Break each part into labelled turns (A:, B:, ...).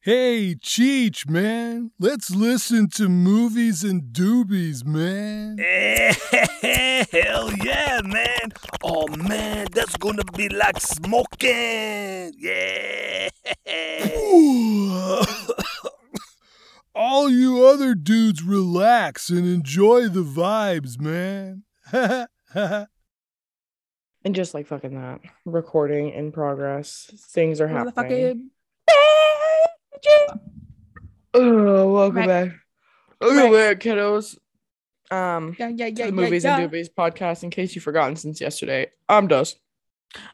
A: Hey, Cheech, man, let's listen to movies and doobies, man.
B: Hell yeah, man. Oh, man, that's gonna be like smoking. Yeah.
A: All you other dudes relax and enjoy the vibes, man.
C: And just like fucking that, recording in progress, things are happening.
D: Motherfucking
C: Oh, welcome
D: Right.
C: back. Welcome
D: Right.
C: back, kiddos. Um,
D: yeah, yeah,
C: to
D: yeah,
C: the
D: yeah,
C: Movies
D: yeah.
C: and Doobies podcast, in case you've forgotten since yesterday. I'm Dos.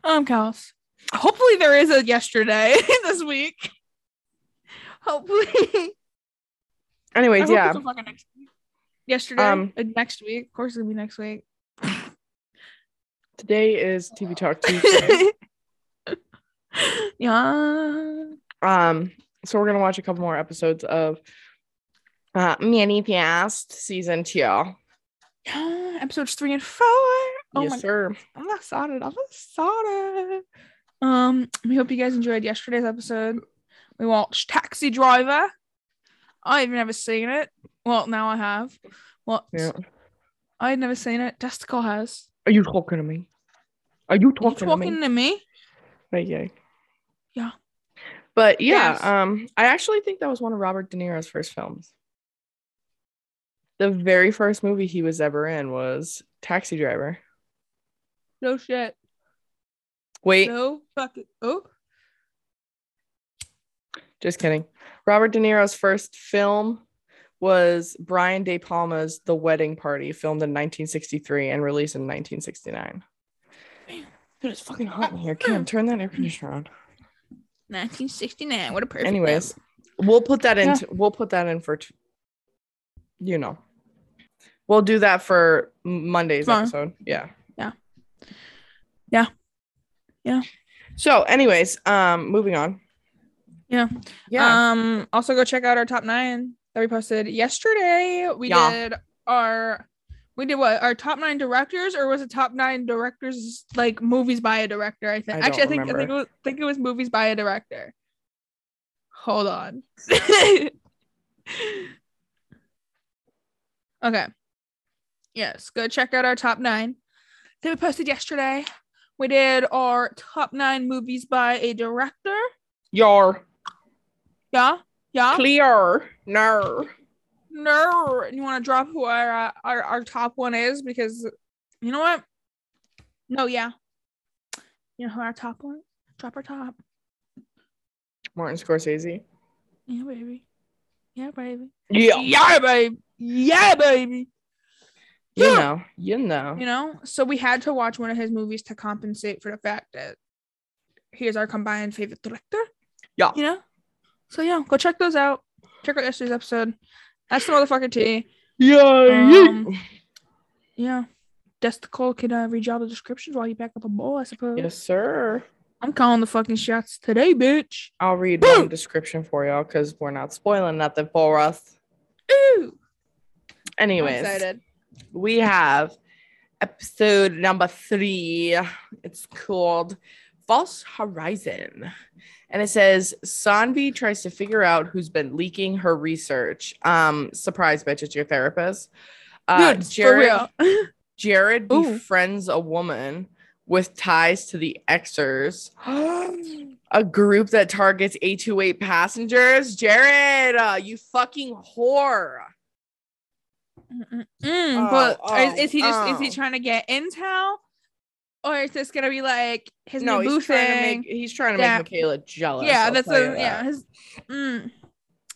D: Um, Kels. Hopefully there is a yesterday this week. Hopefully. I
C: Anyways,
D: hope
C: yeah.
D: it's a fucking next week. Yesterday.
C: Um,
D: and next week. Of course it'll be next week.
C: Today is TV Talk Tuesday.
D: yeah.
C: um, so we're gonna watch a couple more episodes of uh Manny Past season two.
D: Oh
C: Yes,
D: Episodes three and four. Oh my
C: sir.
D: I'm excited. I'm excited. Um, we hope you guys enjoyed yesterday's episode. We watched Taxi Driver. I've never seen it. Well, now I have. What?
C: Yeah.
D: I had never seen it. Desticle has.
C: Are you talking to me? Are you
D: You
C: talking, to me?
D: talking to me?
C: Like, yeah.
D: Yeah.
C: But yeah,
D: Yes.
C: um, I actually think that was one of Robert De Niro's first films. The very first movie he was ever in was Taxi Driver.
D: No shit.
C: Wait,
D: No fucking. Oh.
C: just kidding. Robert De Niro's first film was Brian De Palma's The Wedding Party, filmed in 1963 and released in 1969.
D: Damn.
C: Dude, it's fucking hot in here. Kim, turn that air conditioner on.
D: 1969. What a perfect.
C: Anyways, we'll put that in.
D: Yeah.
C: t- We'll put that in for, t- you know, we'll do that for M- Monday's
D: Tomorrow.
C: episode. Yeah.
D: Yeah. Yeah. Yeah.
C: So, anyways, um, moving on.
D: Yeah.
C: Yeah.
D: Um, also go check out our top nine that we posted yesterday. We
C: Yeah.
D: did our we did what our top nine directors, or was it top nine directors like movies by a director? I
C: I
D: think
C: don't
D: actually I think I think
C: remember.
D: it was think it was movies by a director. Hold on. okay. Yes, go check out our top nine that we posted yesterday. We did our top nine movies by a director.
C: Yar.
D: Yeah. Yeah.
C: Clear. No.
D: No, and you want to drop who our, uh, our our top one is because you know what? No, yeah, you know who our top one? Drop our top.
C: Martin Scorsese.
D: Yeah, baby. Yeah, baby.
C: Yeah.
D: Yeah, baby. Yeah, baby.
C: You
D: Yeah.
C: know. You know.
D: You know, so we had to watch one of his movies to compensate for the fact that he is our combined favorite director.
C: Yeah.
D: You know, so yeah, go check those out. Check out yesterday's episode. That's the motherfucking tea.
C: Yeah.
D: Um, Yeah. Desticle can uh, read y'all the descriptions while you back up a bowl, I suppose.
C: yes, sir.
D: I'm calling the fucking shots today, bitch.
C: I'll read
D: Boom.
C: one description for y'all because we're not spoiling nothing for us.
D: Ooh.
C: Anyways.
D: I'm excited.
C: we have episode number three. It's called False Horizon. And it says Sanvi tries to figure out who's been leaking her research. Um, surprise, bitch, it's your therapist. Uh,
D: Dude,
C: Jared,
D: for real.
C: Jared
D: Ooh.
C: befriends a woman with ties to the Xers, a group that targets 828 passengers. Jared, uh, you fucking whore.
D: Mm, but
C: Oh,
D: is, is he just is he
C: oh.
D: trying to get intel, or is this gonna be like his
C: no,
D: new boo
C: he's trying to
D: thing?
C: make he's trying to
D: Yeah.
C: make Michaela jealous.
D: yeah,
C: I'll
D: that's
C: tell you
D: a,
C: that.
D: yeah. His, mm.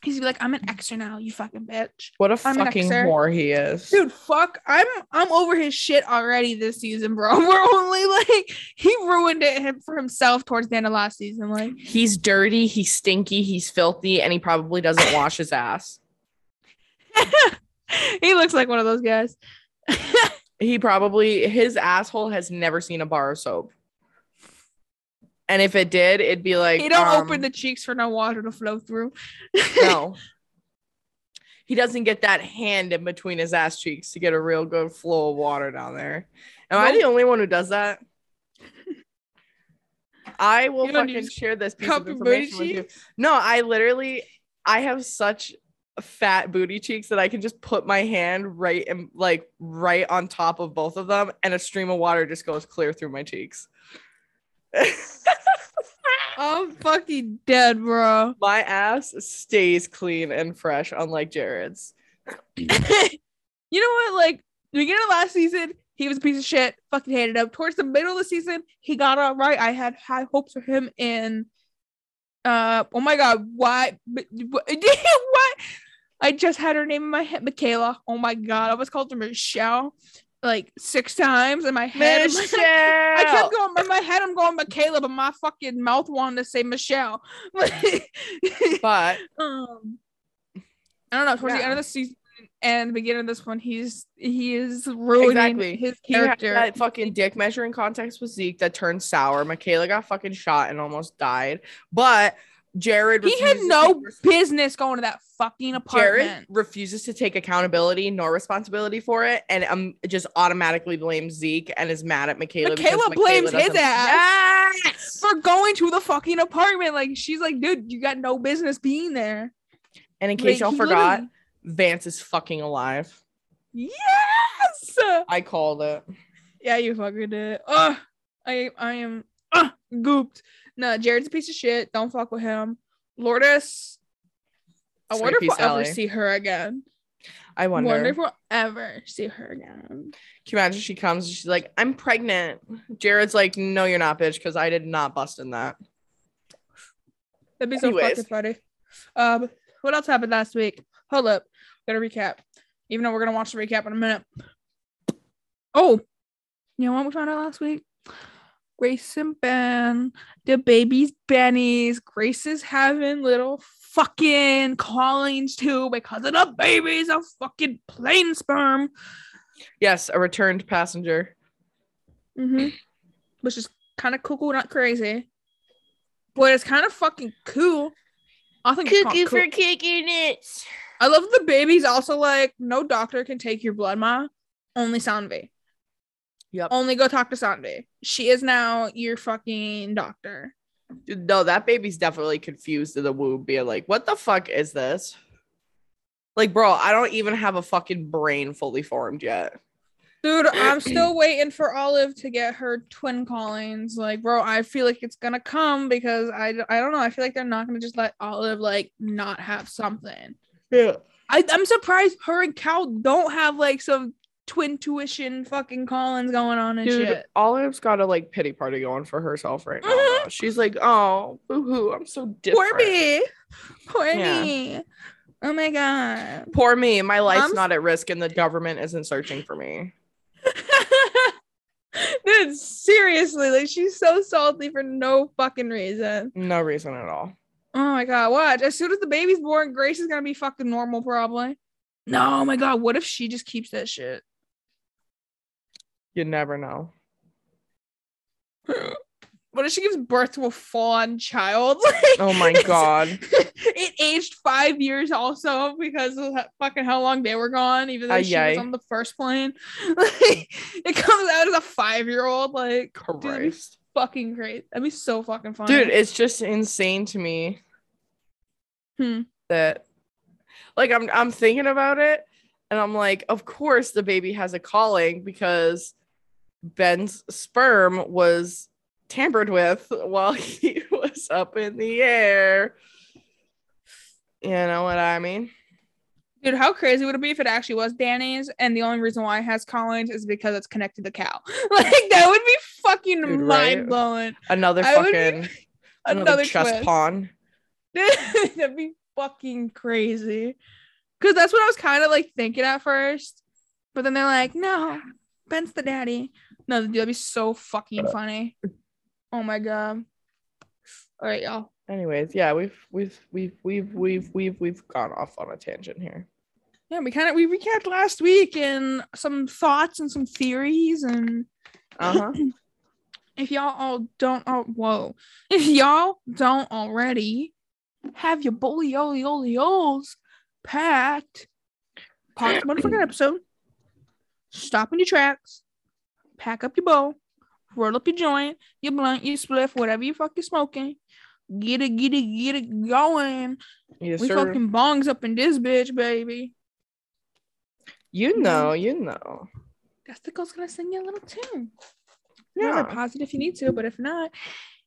D: He's gonna be like, I'm an extra now, you fucking bitch.
C: What a
D: I'm an
C: fucking
D: Xer.
C: whore he is.
D: Dude, fuck. I'm I'm over his shit already this season, bro. We're only like he ruined it him for himself towards the end of last season. Like
C: He's dirty, he's stinky, he's filthy, and he probably doesn't wash his ass.
D: he looks like one of those guys.
C: He probably his asshole has never seen a bar of soap. And if it did, it'd be like
D: he don't
C: um,
D: open the cheeks for no water to flow through.
C: no. He doesn't get that hand in between his ass cheeks to get a real good flow of water down there. Am I
D: Nope.
C: the only one who does that? I will
D: You don't
C: fucking
D: use
C: share this piece
D: cup
C: of
D: of
C: information with
D: booty
C: you. No, I literally, I have such fat booty cheeks that I can just put my hand right and like right on top of both of them, and a stream of water just goes clear through my cheeks.
D: I'm fucking dead, bro.
C: my ass stays clean and fresh, unlike Jared's.
D: You know what? Like the beginning of last season, he was a piece of shit. Fucking hated him. Towards the middle of the season, he got all right. I had high hopes for him in. Uh oh my god! Why? but- What? what? I just had her name in my head, Michaela. Oh my god! I was called her Michelle like six times in my head. I'm like- I kept going in my head. I'm going Michaela, but my fucking mouth wanted to say Michelle.
C: But
D: um I don't know, towards the end of the season and the beginning of this one, he's he is ruining
C: Exactly.
D: his
C: he had
D: character.
C: that fucking dick measuring contest with Zeke that turned sour. Michaela got fucking shot and almost died. But Jared
D: he had
C: refuses to
D: no
C: take res-
D: business going to that fucking
C: Jared
D: apartment.
C: refuses to take accountability nor responsibility for it, and um, just automatically blames Zeke and is mad at Michaela. because
D: Michaela blames his
C: doesn't-
D: ass.
C: Yes!
D: For going to the fucking apartment. Like she's like, dude, you got no business being there.
C: And in case
D: Like,
C: y'all
D: he
C: forgot,
D: literally-
C: Vance is fucking alive.
D: Yes.
C: I called it.
D: Yeah, you fucking did. Ugh, I I am uh, gooped. No, Jared's a piece of shit. Don't fuck with him. Lourdes, I
C: Straight
D: wonder if
C: piece
D: we'll ever
C: alley.
D: see her again.
C: I wonder.
D: Wonder if we'll ever see her again.
C: Can you imagine she comes and she's like, I'm pregnant. Jared's like, No, you're not, bitch, because I did not bust in that.
D: That'd be so
C: Anyways.
D: fucking funny. Um, what else happened last week? Hold up, gotta recap. Even though we're gonna watch the recap in a minute. Oh, you know what we found out last week? Grace and Ben, the baby's Benny's. Grace is having little fucking callings too because of the baby's a fucking plain sperm.
C: Yes, a returned passenger.
D: Mm-hmm. Which is kind of cuckoo, not crazy. But it's kind of fucking cool. I think it's kinda Oh, cool.
C: kicking it.
D: I love the baby's also like, no doctor can take your blood, ma. Only Sanvi.
C: Yep.
D: Only go talk to Sanvi. She is now your fucking doctor.
C: No, that baby's definitely confused in the womb, being like, What the fuck is this? Like, bro, I don't even have a fucking brain fully formed yet.
D: Dude, I'm still waiting for Olive to get her twin callings. Like, bro, I feel like it's gonna come because I, I don't know. I feel like they're not gonna just let Olive like not have something.
C: Yeah.
D: I, I'm surprised her and Cal don't have like some twin tuition fucking callings going on and
C: Dude,
D: shit.
C: Olive's got a like pity party going for herself right now.
D: Mhm.
C: though. She's like, Oh, boo hoo, I'm so different.
D: Poor me. Poor
C: Yeah.
D: me. Oh my god.
C: Poor me. My life's
D: I'm-
C: not at risk and the government isn't searching for me.
D: Dude, seriously, like she's so salty for no fucking reason.
C: No reason at all.
D: Oh my god, watch. As soon as the baby's born, Grace is gonna be fucking normal, probably. No, oh my god, what if she just keeps that shit?
C: You never know.
D: What if she gives birth to a full-on child?
C: Oh my god.
D: it aged five years also because of how- fucking how long they were gone, even though she
C: Ay-yi.
D: was on the first plane. Like, it comes out as a five-year-old, like
C: Christ.
D: fucking great. That'd be so fucking fun.
C: Dude, it's just insane to me
D: Hmm.
C: that like I'm I'm thinking about it and I'm like, of course the baby has a calling because Ben's sperm was tampered with while he was up in the air. You know what I mean?
D: Dude, how crazy would it be if it actually was Danny's and the only reason why it has Collins is because it's connected to Cal? Like that would be fucking
C: Dude, right?
D: mind blowing.
C: Another
D: I would be-
C: fucking another,
D: Another
C: chess
D: twist.
C: pawn.
D: That'd be fucking crazy. Cause that's what I was kind of like thinking at first. But then they're like, no, Ben's the daddy. No, dude, that'd be so fucking funny. Oh my god. All right, y'all.
C: Anyways, yeah, we've we've we've we've we've we've we've gone off on a tangent here.
D: Yeah, we kind of we recapped last week and some thoughts and some theories and
C: Uh-huh.
D: if y'all all don't oh whoa if y'all don't already have your bolioleoleoles packed pause the motherfucking episode stop in your tracks pack up your bowl roll up your joint, your blunt, your spliff, whatever you fucking smoking. Get it, get it, get it going.
C: Yes,
D: we
C: sir.
D: fucking bongs up in this bitch, baby.
C: you know, you know.
D: That's the girl's gonna sing you a little tune. Yeah.
C: Yeah.
D: Pause it if you need to, but if not,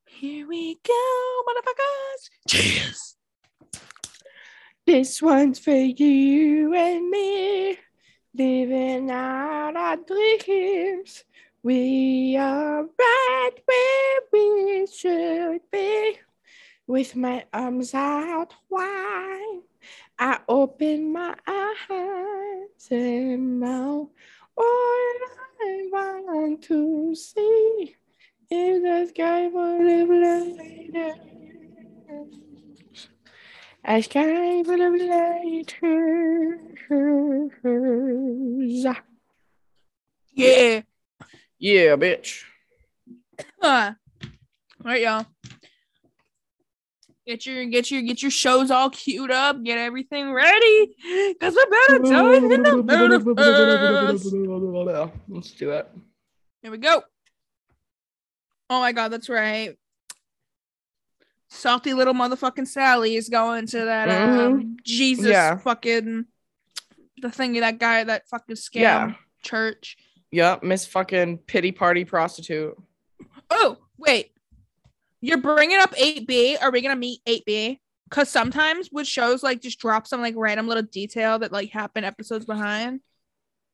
D: here we go, motherfuckers. Cheers.
C: This one's for you and me, living out our dreams. We are right where we should be. With my arms out wide, I open my eyes and now all I want to see is the sky full of light. A sky full of lighters.
D: Yeah.
C: Yeah, bitch.
D: Huh. All right, y'all. Get your get your get your shows all queued up. Get everything ready, cause we're better doing in the metaverse.
C: Let's do it.
D: Here we go. Oh my god, that's right. Salty little motherfucking Sally is going to that um, Jesus
C: Mm-hmm. Yeah.
D: fucking the thing that guy that fucking scam
C: Yeah.
D: church.
C: Yep, Miss fucking pity party prostitute.
D: Oh wait, you're bringing up eight B. Are we gonna meet eight B? Because sometimes with shows like just drop some like random little detail that like happened episodes behind,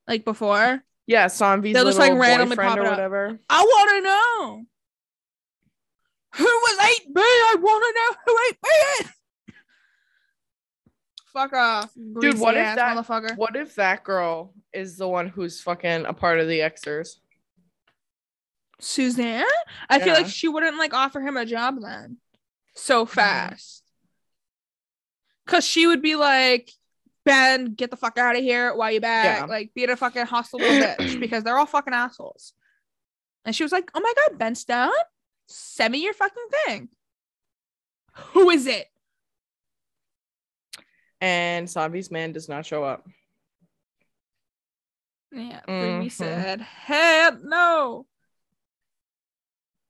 D: like before.
C: Yeah, Sanvi's
D: They'll
C: little
D: just, like, randomly
C: boyfriend
D: pop it
C: or
D: up.
C: whatever.
D: I want to know who was 8B. I want to know who 8B is. Fuck off, greasy
C: what if
D: ass
C: that-
D: motherfucker?
C: What if that girl is the one who's fucking a part of the Xers?
D: Suzanne? I feel like
C: Yeah.
D: she wouldn't like offer him a job then so fast. Cause she would be like, Ben, get the fuck out of here. Why you back?
C: Yeah.
D: Like, be a fucking hostile little bitch because they're all fucking assholes. And she was like, Oh my god, Ben Stone, send me your fucking thing. Who is it?
C: And Sanvi's man does not show up.
D: Yeah,
C: Mhm.
D: Brittany said, "Hell no."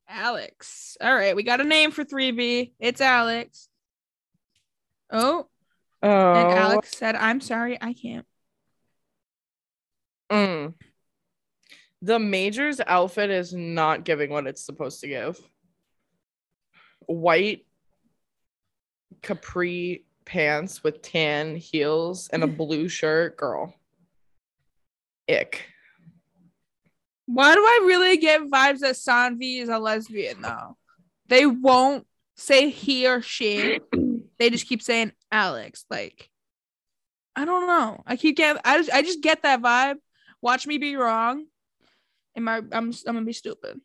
D: Alex. All right, we got a name for 3B. It's Alex. Oh,
C: Oh,
D: and Alex said, "I'm sorry, I can't."
C: Mm. The major's outfit is not giving what it's supposed to give. White capri pants with tan heels and a blue shirt, girl. Ick.
D: Why do I really get vibes that Sanvi is a lesbian though? They won't say he or she. They just keep saying Alex. Like, I don't know. I keep getting. I just, I just get that vibe. Watch me be wrong. And my, I'm, I'm gonna be stupid.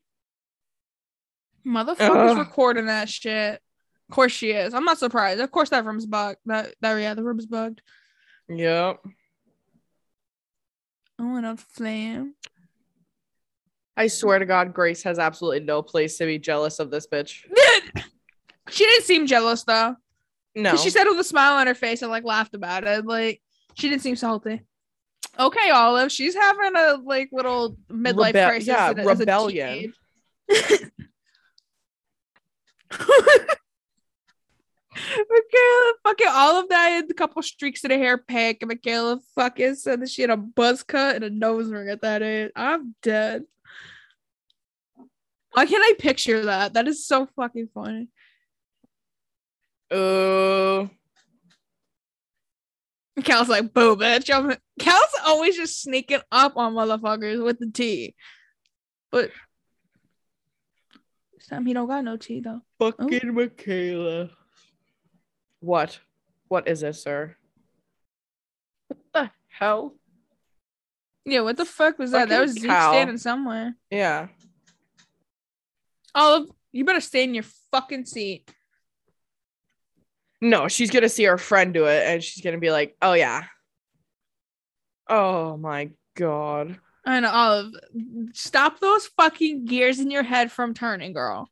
D: Motherfuckers
C: Ugh.
D: recording that shit. Of course she is. I'm not surprised. Of course that room's bugged. That, that yeah, the room's bugged.
C: Yep.
D: Oh, and I'm flame.
C: I swear to God, Grace has absolutely no place to be jealous of this bitch.
D: She didn't seem jealous though.
C: No.
D: 'Cause She said it with a smile on her face and like laughed about it. Like she didn't seem salty. Okay, Olive, she's having a like little midlife
C: Rebe-
D: crisis.
C: yeah,
D: as a- as a
C: rebellion.
D: teenage. Michaela fucking Olive that had a couple streaks to the hair pick, and Michaela fucking said that she had a buzz cut and a nose ring at that age. I'm dead. Why can't I picture that? That is so fucking funny.
C: Ooh.
D: Cal's like, boo, bitch. I'm- Cal's always just sneaking up on motherfuckers with the tea. But this time he don't got no tea though.
C: Fucking Michaela. What? What is it, sir? What the hell?
D: Yeah, what the fuck was that? That
C: Fucking
D: was Zeke
C: Cal.
D: standing somewhere.
C: Yeah.
D: Olive, you better stay in your fucking seat.
C: No, she's gonna see her friend do it and she's gonna be like, oh yeah. Oh my god.
D: I know, Olive, stop those fucking gears in your head from turning, girl.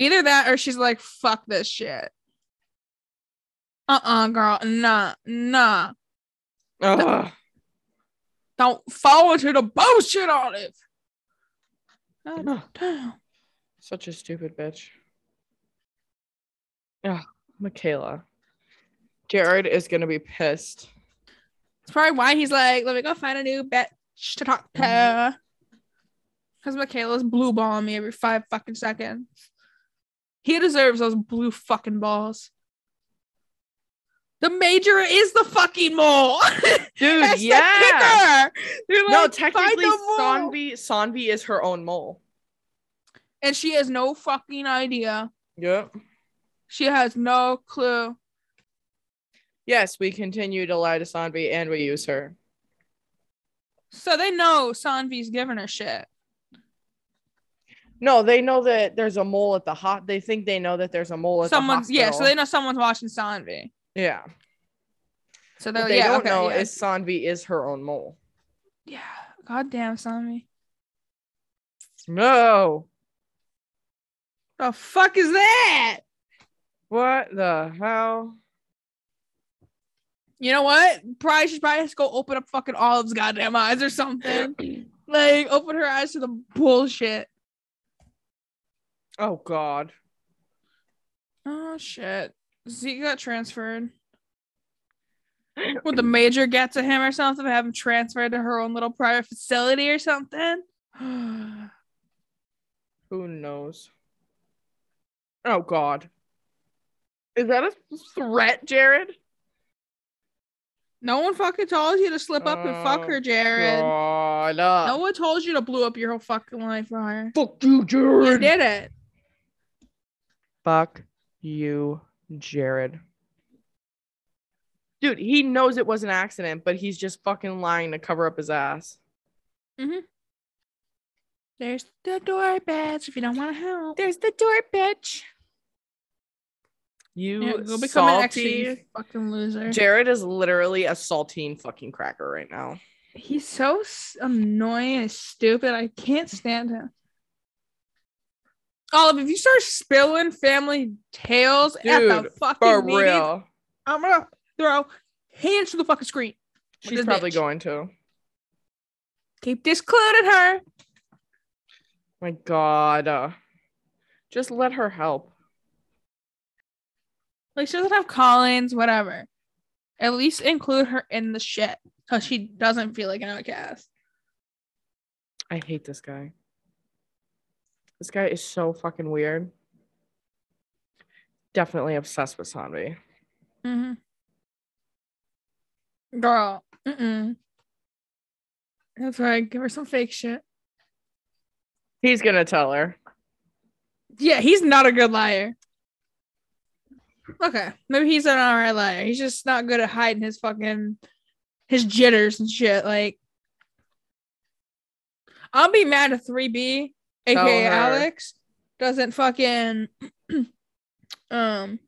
D: Either that or she's like, fuck this shit. Uh-uh, girl. Nah, nah.
C: Ugh.
D: Don't fall into the bullshit on it. I
C: No.
D: don't know.
C: Such a stupid bitch. Yeah, Michaela. Jared is gonna be pissed.
D: It's probably why he's like, let me go find a new bitch to talk to. Because Michaela's blue balling me every five fucking seconds. He deserves those blue fucking balls. The major is the fucking mole.
C: Dude,
D: That's the kicker. They're
C: No,
D: like, find
C: technically
D: the mole.
C: Sonvi Sonvi is her own mole.
D: And she has no fucking idea.
C: Yep.
D: She has no clue.
C: Yes, we continue to lie to Sonvi and we use her.
D: So they know Sanvi's giving her shit.
C: No, they know that there's a mole at the hot. They think they know that there's a mole at
D: Someone's
C: the
D: yeah, so they
C: hospital.
D: know someone's watching Sanvi.
C: yeah.
D: So they're
C: What
D: like,
C: they
D: yeah,
C: don't
D: okay,
C: know
D: yeah.
C: is Sanvi is her own mole.
D: yeah. Goddamn Sanvi.
C: No.
D: The fuck is that?
C: What the hell?
D: You know what? Probably should probably just go open up fucking Olive's goddamn eyes or something. like open her eyes to the bullshit.
C: Oh God.
D: Oh shit. Zeke got transferred. Would the major get to him or something? Have him transferred to her own little private facility or something?
C: Who knows? Oh God. Is that a threat, Jared?
D: no one fucking told you to slip up and
C: Oh,
D: fuck her, Jared.
C: God.
D: No one told you to blow up your whole fucking life for her.
C: Fuck you,
D: You
C: Jared.
D: did it.
C: Fuck you, Jared. Dude, he knows it was an accident, but he's just fucking lying to cover up his ass.
D: There's the door, bitch. If you don't want to help,
C: There's the door, bitch. You
D: yeah, go become an extra, you
C: salty.
D: fucking loser.
C: Jared is literally a saltine fucking cracker right now.
D: He's so s- annoying and stupid. I can't stand him. Olive, if you start spilling family tales at the
C: Dude,
D: fucking
C: For
D: meeting,
C: real.
D: I'm gonna throw hands to the fucking screen. with
C: She's
D: this
C: probably
D: bitch.
C: going to.
D: Keep this clued at her.
C: My God. uh, just let her help.
D: Like she doesn't have Collins, whatever. At least include her in the shit, cause she doesn't feel like an outcast.
C: I hate this guy. This guy is so fucking weird. Definitely obsessed with Sanvi.
D: Mm-hmm. Girl, mm-mm. That's right. Give her some fake shit.
C: He's gonna tell her.
D: Yeah, he's not a good liar. Okay, maybe he's an alright liar. He's just not good at hiding his fucking his jitters and shit. Like, I'll be mad if 3B,
C: Tell
D: aka
C: her.
D: Alex, doesn't fucking um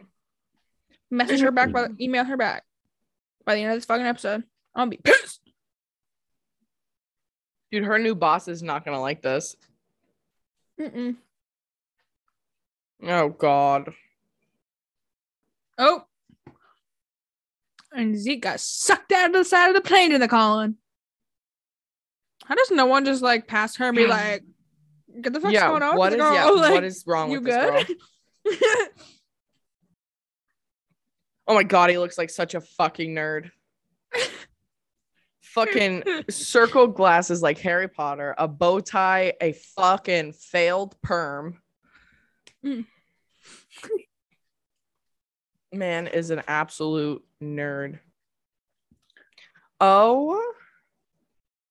D: message her back, by the, email her back by the end of this fucking episode. I'll be pissed.
C: Dude, her new boss is not gonna like this.
D: Mm-mm.
C: Oh god.
D: Oh. And Zeke got sucked out of the side of the plane in the Colin. How does no one just like pass her and be like, get the fuck's going on?
C: Hmm. yeah, what is
D: with the girl?"
C: yeah, what is wrong
D: Like, you
C: with this girl?
D: good?
C: Oh my god, he looks like such a fucking nerd. fucking circle glasses like Harry Potter, a bow tie, a fucking failed perm.
D: Mm.
C: Man is an absolute nerd. Oh,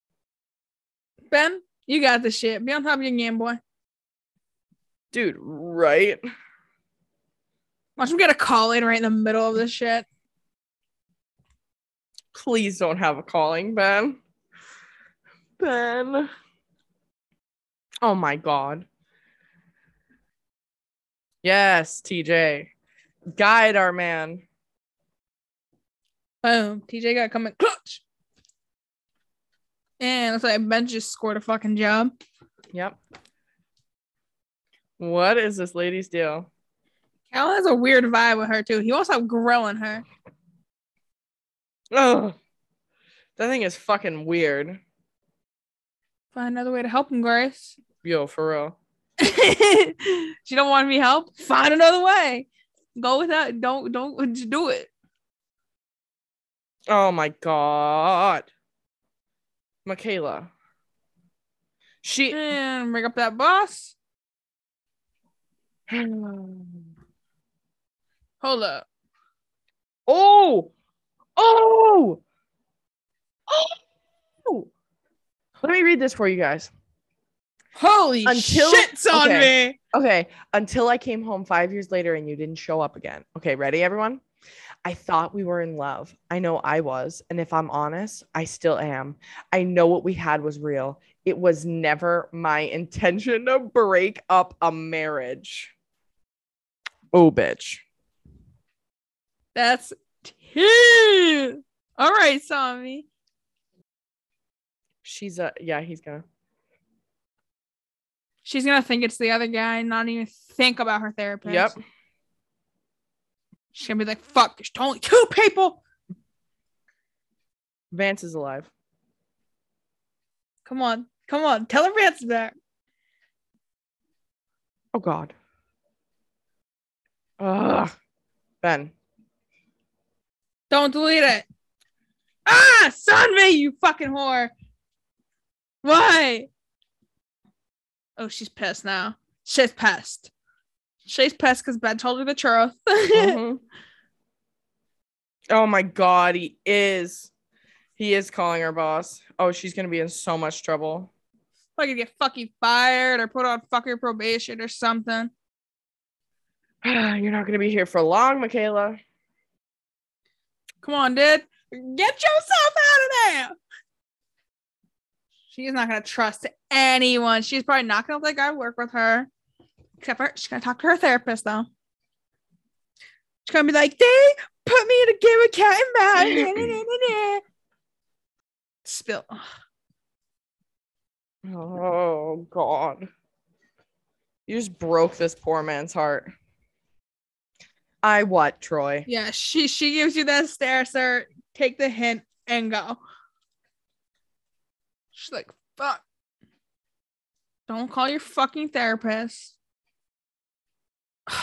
D: ben, you got this shit. Be on top of your game, boy.
C: dude, right?
D: Watch him get a Colin right in the middle of this shit.
C: Please don't have a calling, Ben. Ben. Oh my god. Yes, TJ. Guide our man.
D: Boom. TJ got coming clutch. And it's like Ben just scored a fucking job.
C: Yep. What is this lady's deal?
D: Cal has a weird vibe with her too. He wants to stop growing her.
C: Ugh. That thing is fucking weird.
D: Find another way to help him, Grace.
C: yo, for real.
D: she don't want me help. Find another way. Go without. Don't don't just do it.
C: Oh my god. Michaela. She
D: And bring up that boss. Hold up.
C: Oh! Oh! Oh! Let me read this for you guys.
D: Holy
C: Until-
D: shit's on
C: okay.
D: me.
C: Okay, until I came home five years later and you didn't show up again. Okay, ready, everyone? I thought we were in love. I know I was. And if I'm honest, I still am. I know what we had was real. It was never my intention to break up a marriage. Oh, bitch.
D: That's two. All right, Sammy.
C: She's a, yeah, he's gonna.
D: She's gonna think it's the other guy and not even think about her therapist.
C: Yep.
D: She's gonna be like, fuck, there's only two people.
C: Vance is alive.
D: Come on, come on, tell her Vance back.
C: Oh, God. Ugh. Ben.
D: Don't delete it. Ah, Sanmei, you fucking whore. Why? Oh, she's pissed now. She's pissed. She's pissed because Ben told her the truth. Mm-hmm.
C: Mhm. Oh my god, he is. He is calling her boss. Oh, she's gonna be in so much trouble.
D: fucking get fucking fired or put on fucking probation or something.
C: You're not gonna be here for long, Michaela.
D: Come on, dude. Get yourself out of there. She's not gonna trust anyone. She's probably not gonna let that guy work with her. Except for she's gonna talk to her therapist though. She's gonna be like, they put me in a game of cat and mouse. Na, na, na, na, na. Spill.
C: Oh god. You just broke this poor man's heart. I what, Troy?
D: Yeah, she she gives you that stare, sir. Take the hint and go. She's like, fuck. Don't call your fucking therapist.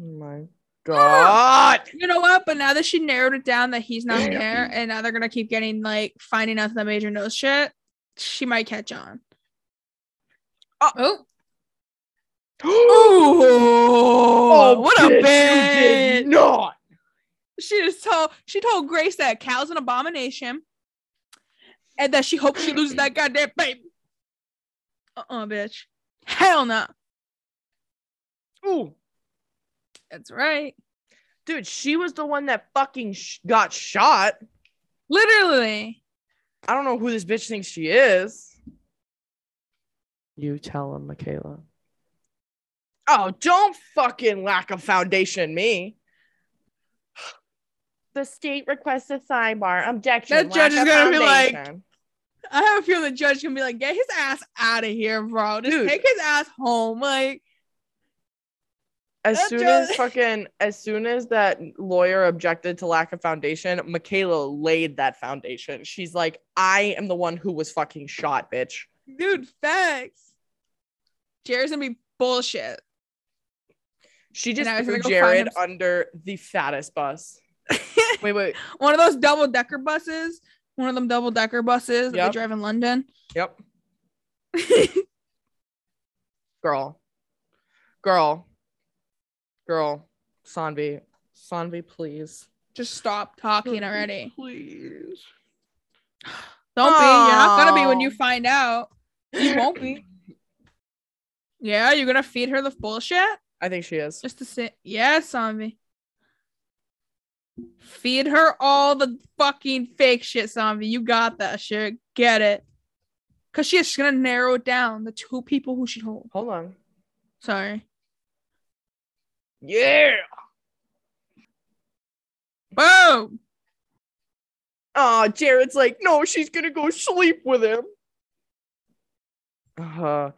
C: Oh my god.
D: You know what? But now that she narrowed it down that he's not there and now they're gonna keep getting like finding out that major knows shit, she might catch on.
C: Oh.
D: Oh,
C: oh,
D: what a
C: bitch, you did
D: bitch.
C: Not.
D: she just told she told Grace that Cal's an abomination, and that she hopes she loses that goddamn baby. Uh uh bitch. Hell no.
C: Ooh.
D: That's right.
C: Dude, she was the one that fucking sh- got shot.
D: Literally.
C: I don't know who this bitch thinks she is. You tell him, Michaela. Oh, don't fucking lack of foundation me. The state requests a sidebar. Objection.
D: That
C: lack
D: judge is
C: of
D: gonna be like-
C: foundation.
D: I have a feeling the judge can be like, get his ass out of here, bro. Just
C: Dude.
D: take his ass home. Like,
C: as
D: that
C: soon
D: judge-
C: as fucking, as soon as that lawyer objected to lack of foundation, Michaela laid that foundation. She's like, I am the one who was fucking shot, bitch.
D: dude, facts. Jerry's gonna be bullshit.
C: She just
D: I was
C: threw
D: gonna go find
C: Jared
D: him-
C: under the fattest bus. Wait, wait.
D: One of those double decker buses. One of them double decker buses that
C: Yep.
D: they drive in London.
C: Yep. girl, girl, girl, Sanvi, Sanvi, please,
D: Just stop talking already.
C: please.
D: Don't be. You're not gonna be when you
C: Aw.
D: find out. You won't be. Yeah, you're gonna feed her the bullshit
C: I think she is.
D: just to say, yeah, zombie. Feed her all the fucking fake shit, zombie. You got that shit. Get it? Cause she's just gonna narrow it down the two people who she told.
C: Hold on.
D: Sorry,
C: Yeah.
D: boom.
C: Oh, Jared's like, no, she's gonna go sleep with him. Uh,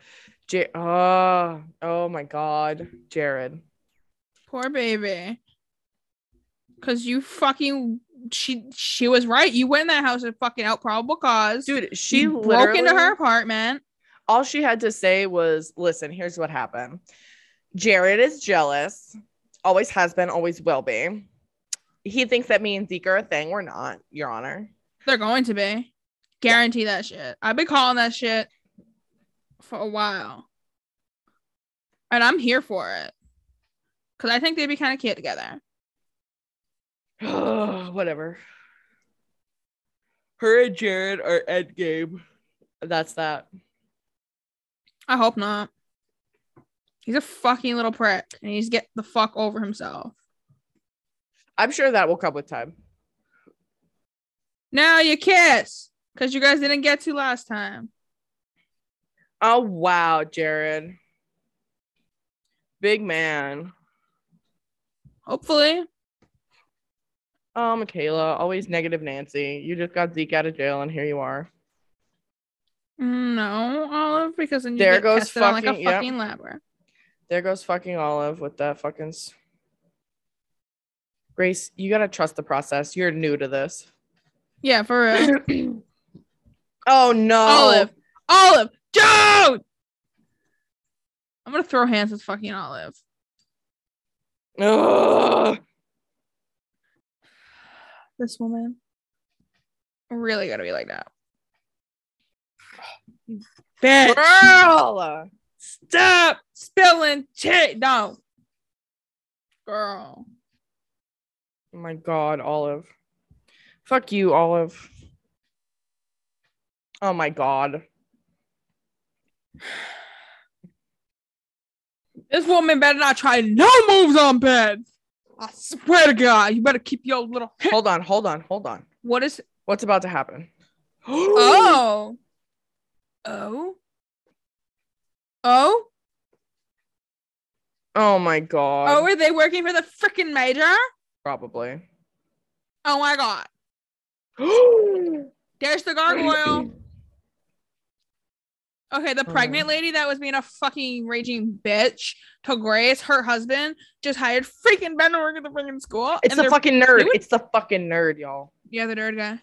C: J- uh, oh my God, Jared.
D: Poor baby. Cause you fucking she she was right. You went in that house and fucking out probable cause.
C: Dude, she
D: she broke into
C: literally-
D: her apartment.
C: all she had to say was, listen, here's what happened. Jared is jealous, always has been, always will be. He thinks that me and Zeke are a thing. We're not, Your Honor.
D: They're going to be. Guarantee that shit. I've been calling that shit for a while. And I'm here for it. Cause I think they'd be kind of cute together.
C: Whatever. Her and Jared are endgame. That's that.
D: I hope not. He's a fucking little prick. And he's get the fuck over himself.
C: I'm sure that will come with time.
D: Now you kiss. Cause you guys didn't get to last time.
C: Oh wow, Jared. Big man.
D: Hopefully.
C: Oh, Michaela, always negative Nancy. You just got Zeke out of jail and here you are.
D: No, Olive, because then you
C: There
D: get
C: goes
D: tested on like a
C: fucking- yep.
D: fucking lab rat.
C: There goes fucking Olive with that fucking s- Grace, you gotta trust the process. You're new to this.
D: Yeah, for real.
C: Oh no.
D: Olive. Olive, don't! I'm gonna throw hands with fucking Olive.
C: Ugh.
D: This woman really gotta be like that. Bitch,
C: Girl.
D: stop spilling tea. No, girl.
C: Oh my god, Olive. Fuck you, Olive. Oh my god.
D: This woman better not try no moves on bed. I swear to God, you better keep your little.
C: Hold on, hold on, hold on.
D: What is?
C: What's about to happen?
D: Oh, oh, oh,
C: Oh my god.
D: oh! Are they working for the freaking major?
C: Probably.
D: Oh my God. There's the gargoyle. Okay, the
C: Oh.
D: pregnant lady that was being a fucking raging bitch to Grace, her husband, just hired freaking Ben to work at the freaking school.
C: It's
D: and
C: the
D: they're-
C: fucking nerd.
D: doing-
C: It's the fucking nerd, y'all.
D: Yeah, the nerd guy.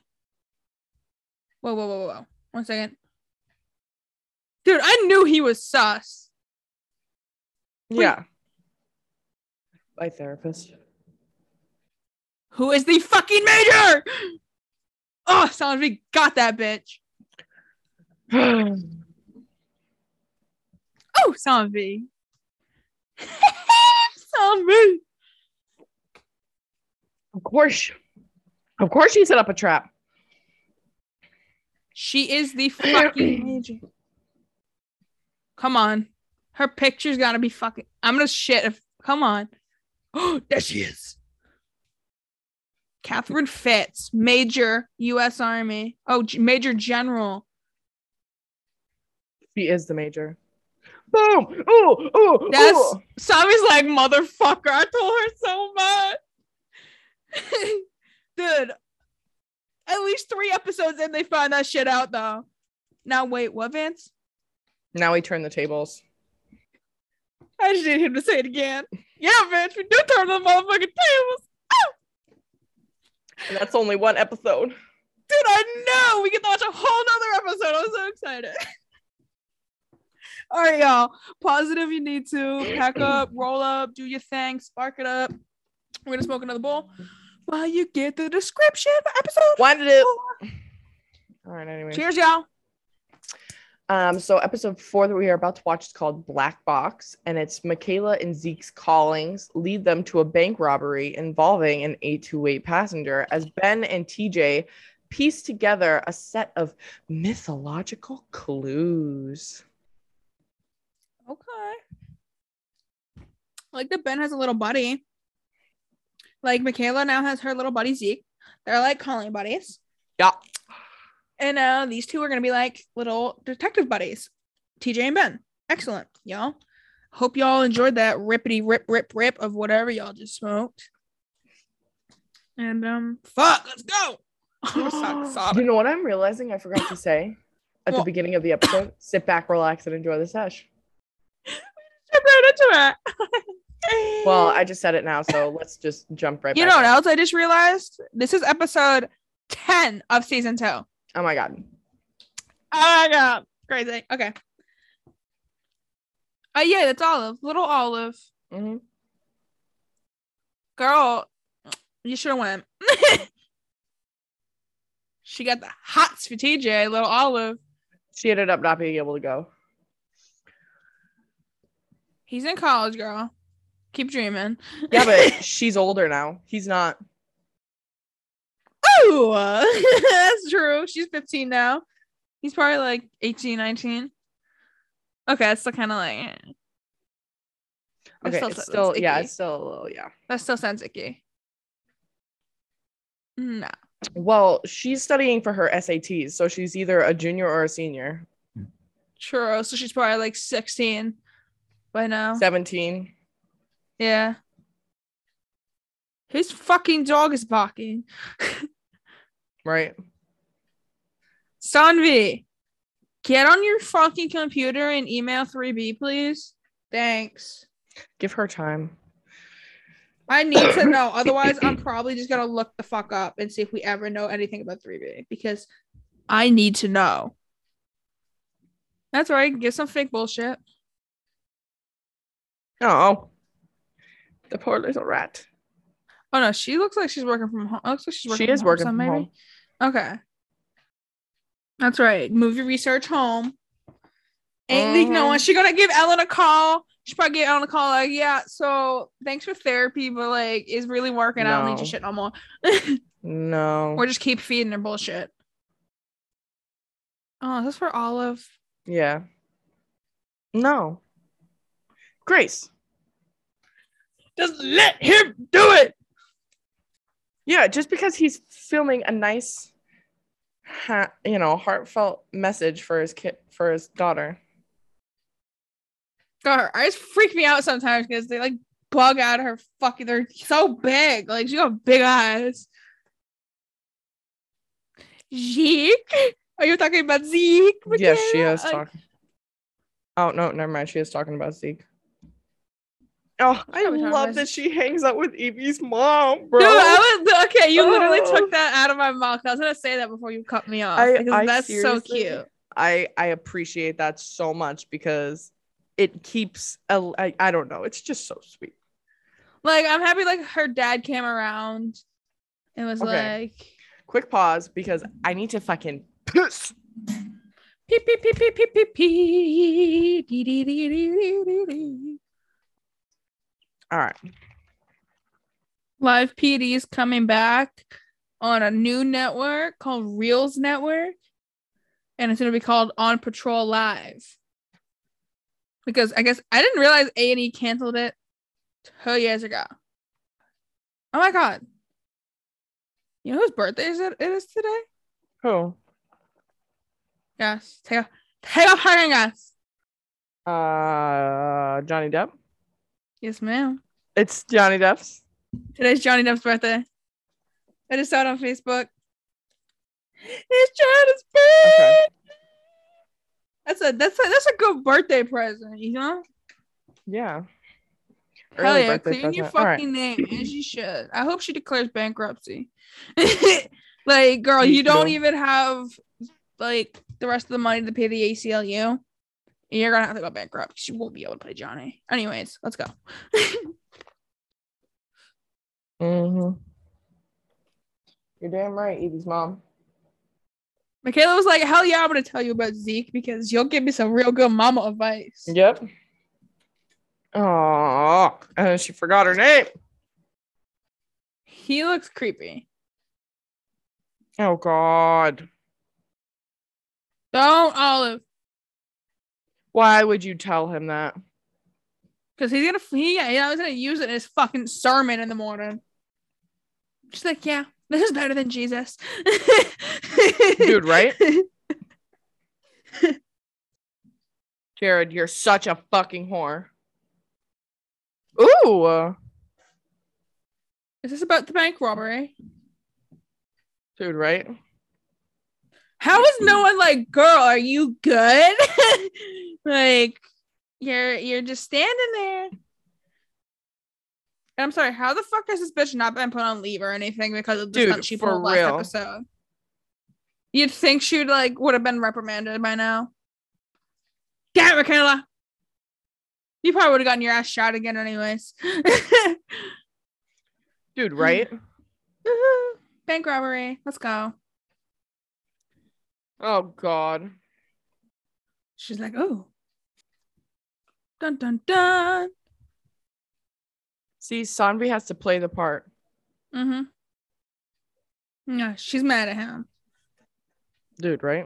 D: Whoa, whoa, whoa, whoa, whoa. One second. Dude, I knew he was sus.
C: Yeah. My therapist.
D: Who is the fucking major? Oh, sounds we got that bitch. Oh, sound V. sound V.
C: Of course. Of course she set up a trap.
D: She is the fucking major. Come on. Her picture's gotta be fucking. I'm gonna shit if come on. Oh, there she is. Catherine Fitz, Major US Army. Oh, G- Major General.
C: She is the major. Boom! Ooh, ooh,
D: That's
C: ooh.
D: Sammy's like, motherfucker. I told her so much. Dude, at least three episodes in, they find that shit out though. Now wait, what Vance?
C: Now we turn the tables.
D: I just need him to say it again. Yeah, bitch, we do turn the motherfucking tables.
C: And that's only one episode.
D: Dude, I know. We get to watch a whole nother episode. I'm so excited. All right, y'all. Positive you need to. Pack up, roll up, do your thing, spark it up. We're going to smoke another bowl while you get the description for episode.
C: Wind it up. All right, anyway.
D: Cheers, y'all.
C: Um, so episode four that we are about to watch is called Black Box, and it's Michaela and Zeke's callings lead them to a bank robbery involving an 828 passenger as Ben and TJ piece together a set of mythological clues.
D: Okay. Like that Ben has a little buddy. Like Michaela now has her little buddy Zeke. They're like calling buddies.
C: Yeah.
D: And uh, these two are gonna be like little detective buddies, TJ and Ben. Excellent, y'all. Hope y'all enjoyed that rippity rip rip rip of whatever y'all just smoked. And um, fuck, let's go. I'm so
C: you
D: sobbing.
C: know what I'm realizing I forgot to say at the
D: What?
C: beginning of the episode? Sit back, relax, and enjoy the sesh.
D: I'm right into it.
C: Well, I just said it now, so let's just jump right
D: You
C: back.
D: know what
C: in.
D: else I just realized? This is episode 10 of season two. Oh
C: Oh my god.
D: my god. Crazy. Okay. Oh yeah, that's Olive. Little Olive.
C: Mhm.
D: Girl, you should have went. she got the hots for TJ, little Olive.
C: She ended up not being able to go.
D: He's in college, girl. Keep dreaming.
C: Yeah, but she's older now. He's not.
D: Ooh, that's true. She's 15 now. He's probably like 18, 19. Okay, that's still kind of like. eh. That
C: Okay,
D: still
C: it's
D: sounds
C: still yeah,
D: icky.
C: it's still a little yeah.
D: That still sounds icky. No.
C: Well, she's studying for her SATs, so she's either a junior or a senior.
D: True. So she's probably like 16 by now.
C: Seventeen.
D: Yeah. His fucking dog is barking.
C: Right.
D: Sanvi, get on your fucking computer and email 3B, please. Thanks.
C: Give her time.
D: I need to know. Otherwise, I'm probably just going to look the fuck up and see if we ever know anything about 3B because I need to know. That's right. Get some fake bullshit.
C: Oh. The poor little rat.
D: Oh, no. She looks like she's working from home. Looks like she's working
C: She is
D: from
C: working
D: home, so
C: from
D: maybe-
C: home.
D: Okay. That's right. Move your research home. Ain't leak no
C: Mhm.
D: one. She gonna give Ellen a call. She probably give Ellen a call like, yeah, so thanks for therapy, but like it's really working. I don't need
C: No.
D: your shit no more.
C: No.
D: Or just keep feeding her bullshit. Oh, that's for Olive.
C: yeah. No. Grace.
D: Just let him do it.
C: Yeah, just because he's filming a nice, ha- you know, heartfelt message for his kid for his daughter.
D: God, her eyes freak me out sometimes because they like bug out of her fucking they're so big. Like she got big eyes. Zeke? Are you talking about Zeke?
C: yes, she
D: Michaela?
C: is
D: Like,
C: talking. Oh no, never mind. She is talking about Zeke. Oh, I
D: are we talking
C: love
D: about?
C: that she hangs out with Evie's mom, bro.
D: Dude, I was okay. You literally
C: Oh.
D: took that out of my mouth. I was gonna say that before you cut me off.
C: I-
D: because
C: I
D: that's so
C: seriously-
D: cute.
C: I I appreciate that so much because it keeps a, I, I don't know it's just so sweet.
D: Like I'm happy like her dad came around and was
C: Okay.
D: like
C: Quick pause because I need to fucking piss.
D: Peep, peep, peep, peep, peep, peep, peep. Dee, dee, dee, dee, dee, dee, dee.
C: All right.
D: Live PD is coming back on a new network called Reels Network, and it's going to be called On Patrol Live. Because I guess I didn't realize A and E canceled it two years ago. Oh my god! You know whose birthday is it, it is today?
C: Who?
D: Yes, take off, take off hiring us.
C: Uh, Johnny Depp.
D: Yes, ma'am.
C: It's Johnny Depp's.
D: Today's Johnny Depp's birthday. I just saw it on Facebook. It's Johnny's birthday.
C: Okay.
D: That's a that's a that's a good birthday present, you know?
C: Yeah.
D: Hell
C: Early
D: yeah,
C: birthday
D: clean your
C: present. All right.
D: fucking name as you should. I hope she declares bankruptcy. like, girl,
C: Me
D: you don't
C: too.
D: even have like the rest of the money to pay the ACLU. You're gonna have to go bankrupt. She won't be able to play Johnny. Anyways, let's go.
C: Mm-hmm. You're damn right, Evie's mom.
D: Michaela was like, Hell yeah, I'm gonna tell you about Zeke because you'll give me some real good mama advice.
C: Yep. Oh, and she forgot her name.
D: He looks creepy.
C: Oh God.
D: Don't Olive.
C: Why would you tell him that?
D: Because he's gonna he yeah, he's gonna use it in his fucking sermon in the morning. She's like, yeah, this is better than Jesus.
C: Dude, right? Jared, you're such a fucking whore. Ooh. uh,
D: Is this about the bank robbery?
C: Dude, right?
D: How is no one like, girl, are you good? like you're you're just standing there. And I'm sorry, how the fuck has this bitch not been put on leave or anything because of the
C: Dude,
D: stunt she
C: for
D: pulled last
C: real.
D: episode? You'd think she'd like would have been reprimanded by now. Get it, Michaela. You probably would have gotten your ass shot again, anyways.
C: Dude, right?
D: Bank robbery. Let's go.
C: oh god.
D: She's like, oh. Dun dun dun.
C: See, Sanvi has to play the part.
D: Mm-hmm. Yeah, she's mad at him.
C: Dude, right?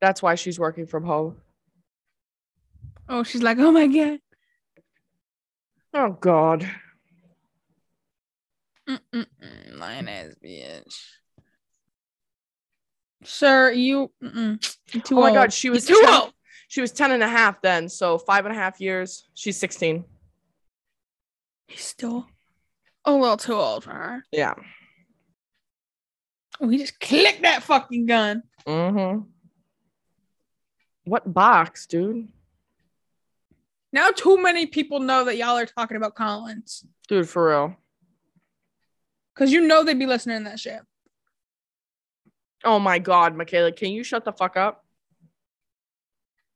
C: That's why she's working from home.
D: Oh, she's like, oh my god.
C: Oh god.
D: Mm-mm-mm, lioness bitch. Sir, you. Mm-mm, you're too
C: oh my
D: old.
C: god, she was
D: You're too
C: 10
D: old.
C: She was 10 and a half then, so five and a half years. She's 16.
D: He's still a little too old for her.
C: Yeah.
D: We just click that fucking gun.
C: Mm-hmm. What box, dude?
D: Now, too many people know that y'all are talking about Collins
C: Dude, for real.
D: because you know they'd be listening to that shit.
C: Oh my god, Michaela, can you shut the fuck up?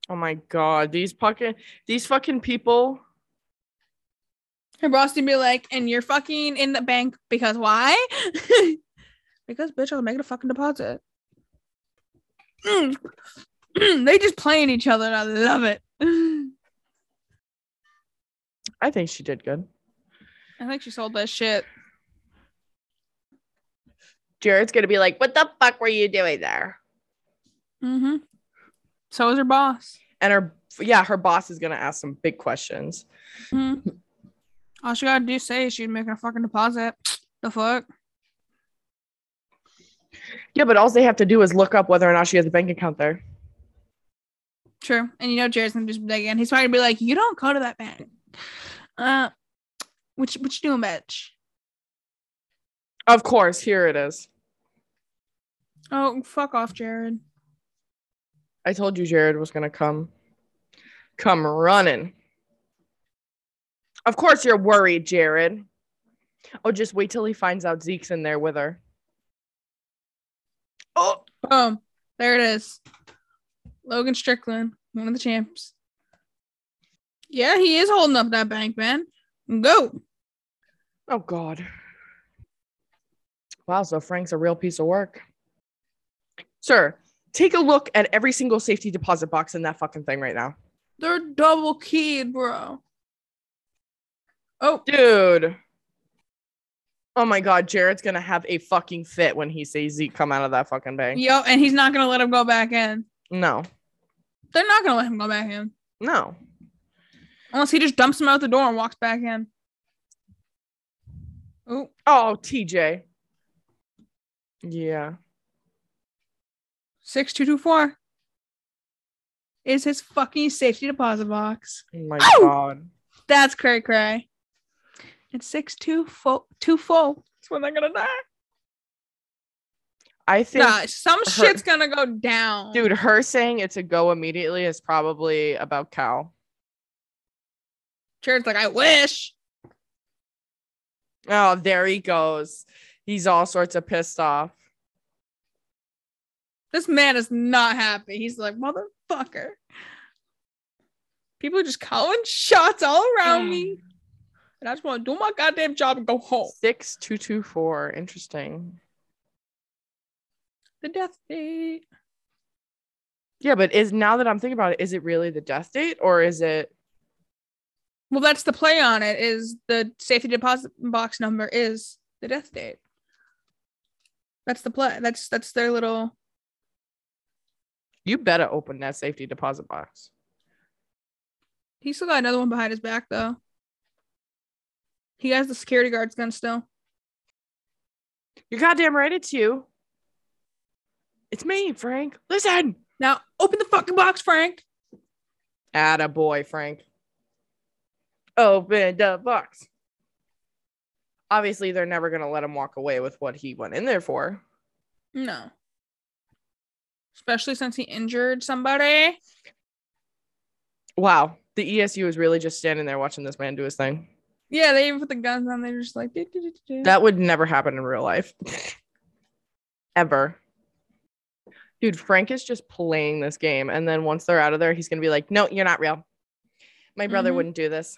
C: Oh my god, these fucking these fucking people.
D: Her boss would be like, and you're fucking in the bank because why? because bitch, I'm making a fucking deposit. Mm. they just playing each other and I love it. I
C: I think she did good.
D: think she sold that shit.
C: Jared's gonna be like, what the fuck were you doing there?
D: Mm-hmm. So is her boss.
C: And her yeah, her boss is gonna ask some big questions.
D: Mhm. All she gotta do is say she's making a fucking deposit. The fuck?
C: Yeah, but all they have to do is look up whether or not she has a bank account there.
D: True. And you know Jared's gonna just be like, and he's probably gonna be like, you don't go to that bank. Uh what you, what you doing, bitch?
C: Of course, here it is.
D: Oh, fuck off, Jared.
C: I told you Jared was gonna come. Come running. Of course you're worried, Jared. Oh, just wait till he finds out Zeke's in there with her. Oh,
D: Boom. There it is. Logan Strickland, one of the champs. Yeah, he is holding up that bank, man. Go.
C: oh God. Wow, so Frank's a real piece of work. Sir, take a look at every single safety deposit box in that fucking thing right now.
D: They're double keyed, bro. Oh,
C: Dude. Oh my god, Jared's gonna have a fucking fit when he sees Zeke come out of that fucking bank.
D: yo, and he's not gonna let him go back in.
C: No.
D: They're not gonna let him go back in.
C: No.
D: Unless he just dumps him out the door and walks back in. Oh,
C: Oh, TJ. Yeah.
D: 6224 is his fucking safety deposit box.
C: Oh my
D: Ow!
C: god.
D: That's cray cray. It's six two full two full. That's when they're gonna die.
C: I think
D: Nah, some shit's gonna go down.
C: dude, her saying it's a go immediately is probably about Cal.
D: Jared's like, I wish.
C: Oh, there he goes. He's all sorts of pissed off.
D: This man is not happy. He's like, motherfucker. People are just calling shots all around me. And I just want to do my goddamn job and go home.
C: 6224. Interesting.
D: The death date.
C: Yeah, but is now that I'm thinking about it, is it really the death date or is it
D: Well, that's the play on it. Is the safety deposit box number is the death date? That's the play. That's that's their little
C: you better open that safety deposit box?
D: He still got another one behind his back though. He has the security guard's gun still.
C: You're goddamn right, it's you. It's me, Frank. Listen.
D: Now open the fucking box, Frank.
C: Atta boy, Frank. Open the box. Obviously, they're never going to let him walk away with what he went in there for.
D: No. Especially since he injured somebody.
C: Wow. The ESU is really just standing there watching this man do his thing.
D: Yeah, they even put the guns on. They're just like, "Do, do, do, do, do."
C: That would never happen in real life. Ever. Dude, Frank is just playing this game. And then once they're out of there, he's going to be like, no, you're not real. My brother
D: Mhm.
C: wouldn't do this.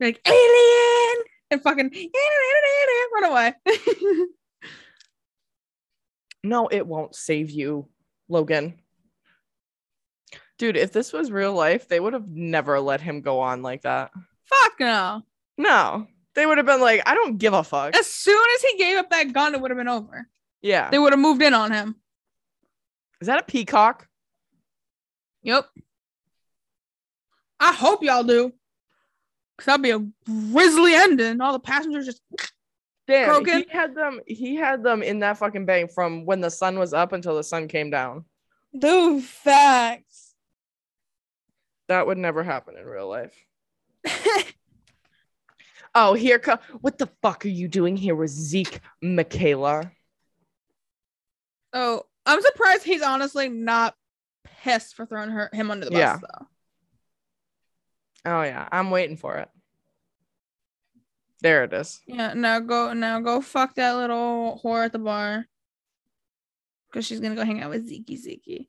D: like alien and fucking run away.
C: No, it won't save you, Logan. Dude, if this was real life, they would have never let him go on like that.
D: Fuck no.
C: No, they would have been like, I don't give a fuck.
D: As soon as he gave up that gun, it would have been over.
C: Yeah.
D: They would have moved in on him.
C: Is that a peacock?
D: Yep. I hope y'all do. Cause that'd be a grisly ending. All the passengers just
C: Damn,
D: Broken.
C: he had them. He had them in that fucking bank from when the sun was up until the sun came down.
D: do facts.
C: That would never happen in real life. Oh, here come. What the fuck are you doing here with Zeke Michaela?
D: oh, I'm surprised he's honestly not pissed for throwing her him under the bus
C: Yeah.
D: though.
C: Oh yeah, I'm waiting for it. There it is.
D: Yeah, now go now go fuck that little whore at the bar. Cause she's gonna go hang out with Zeke Zeke.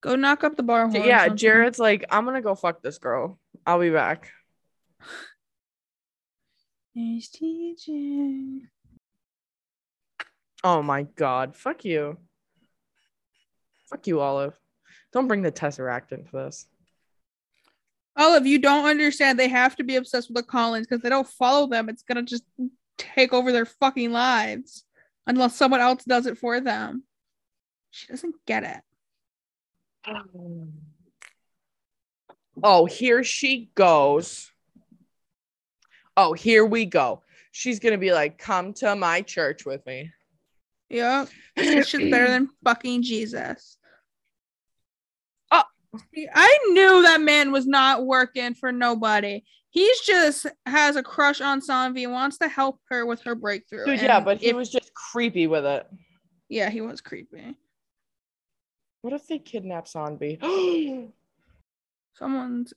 D: Go knock up the bar. Whore
C: J-
D: or
C: yeah,
D: something.
C: Jared's like, I'm gonna go fuck this girl. I'll be back.
D: There's TJ.
C: Oh my god, fuck you. Fuck you, Olive. Don't bring the Tesseract into this.
D: Olive, you don't understand. They have to be obsessed with the Collins because they don't follow them. It's gonna just take over their fucking lives unless someone else does it for them. She doesn't get it.
C: Oh, here she goes. Oh, here we go. She's gonna be like, come to my church with me.
D: Yep. This shit's better than fucking Jesus.
C: Oh.
D: I knew that man was not working for nobody. He's just has a crush on Sanvi, wants to help her with her breakthrough.
C: Dude, yeah,
D: and
C: but he
D: if-
C: was just creepy with it.
D: yeah, he was creepy.
C: What if they kidnap Sanbi?
D: Someone's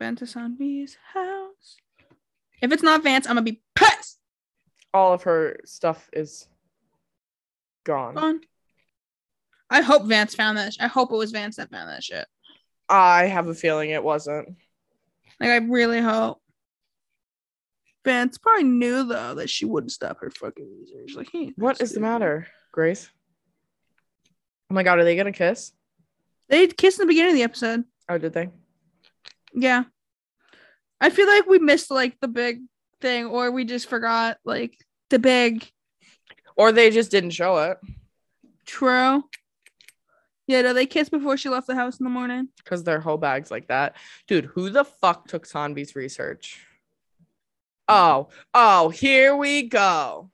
D: been to Sanvi's house. If it's not Vance, I'm gonna be pissed.
C: All of her stuff is gone.
D: On. I hope Vance found that. sh- I hope it was Vance that found that shit.
C: I have a feeling it wasn't.
D: Like I really hope. Vance probably knew though that she wouldn't stop her fucking research. Like, he ain't
C: What is the
D: stupid.
C: matter, Grace? Oh my god, are they gonna kiss?
D: They kissed in the beginning of the episode.
C: Oh, did they?
D: Yeah, I feel like we missed like the big thing, or we just forgot like the big
C: Or they just didn't show it
D: true. Yeah, no, they kissed before she left the house in the morning.
C: because they're whole bags like that. Dude, who the fuck took Sanbi's research? Oh, oh, here we go.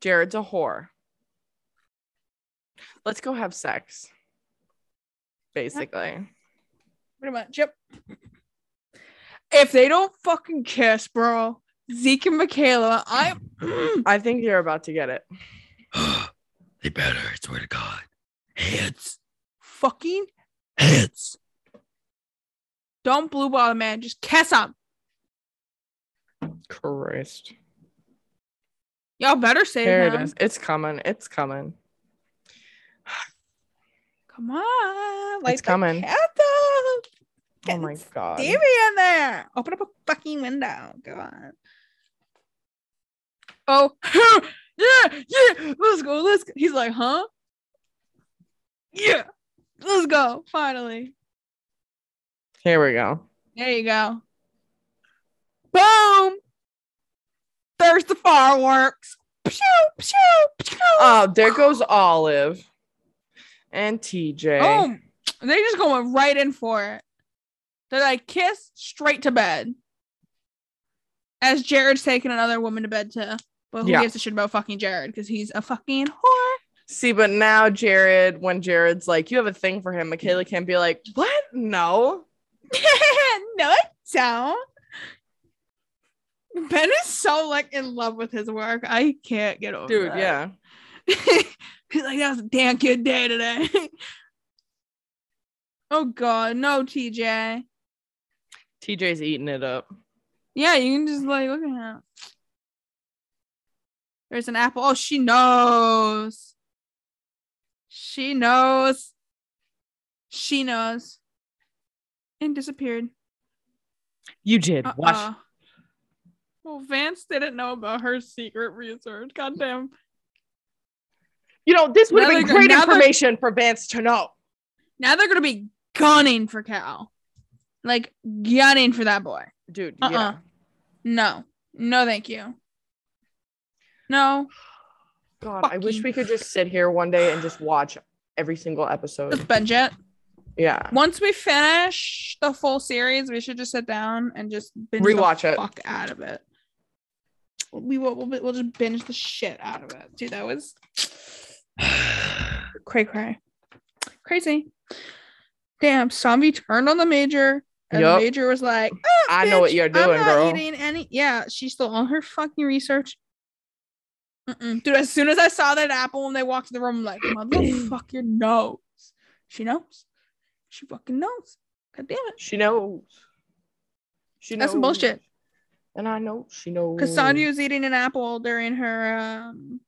C: Jared's a whore. Let's go have sex. Basically.
D: Pretty much. Yep. If they don't fucking kiss, bro, Zeke and Michaela, mm, I'm.
C: I think you're about to get it.
B: they better, I swear to God. Heads.
D: fucking
B: Heads.
D: don't blue ball the man. Just kiss him.
C: Christ.
D: Y'all better save
C: There
D: him.
C: it is. It's coming. It's coming.
D: Come on, like
C: It's coming.
D: Cat up.
C: Oh my
D: It's
C: god.
D: Stevie in there. Open up a fucking window. Go on. Oh, yeah, yeah. Let's go. Let's. Go. He's like, huh? Yeah. Let's go. Finally.
C: Here we go.
D: There you go. Boom! There's the fireworks. Pew, pew, pew.
C: Oh, there goes Olive and TJ.
D: Boom. They're just going right in for it. They're like, kiss straight to bed. As Jared's taking another woman to bed, too. But who
C: Yeah.
D: gives a shit about fucking Jared? Because he's a fucking whore.
C: See, but now Jared, when Jared's like, you have a thing for him, Michaela can't be like, what? No.
D: no, I don't. Ben is so like in love with his work. I can't get over
C: Dude,
D: that.
C: yeah.
D: He's like, that was a damn good day today. oh god, no, TJ.
C: TJ's eating it up.
D: Yeah, you can just like look at him. There's an apple. Oh, she knows. She knows. She knows. and disappeared.
E: You did. Watch.
D: Uh-uh. Well, Vance didn't know about her secret research. Goddamn.
C: You know, this would have been
D: Another-
C: great
D: another-
C: information for Vance to know.
D: Now they're gonna be gunning for Cal. Like gunning for that boy.
C: Dude,
D: Uh-uh.
C: yeah.
D: No. No, thank you. No.
C: God, I
D: Fucking-
C: wish we could just sit here one day and just watch every single
D: Let's
C: episode.
D: binge it.
C: Yeah.
D: Once we finish the full series, we should just sit down and just binge
C: Rewatch
D: the
C: it.
D: Fuck out of it. We will. We'll, we'll just binge the shit out of it, dude. That was cray cray, crazy. Damn, zombie turned on the major, and
C: Yup.
D: the major was like,
C: I know what
D: "Bitch,
C: you're
D: I'm
C: doing,
D: not
C: girl.
D: Eating any? Yeah, she's still on her fucking research. Mm-mm. Dude, as soon as I saw that apple when they walked in the room, I'm like, motherfucker knows. She knows. She fucking knows. God damn it.
C: She knows. She
D: That's some bullshit.
C: And I know she knows.
D: Because Sandy was eating an apple during her um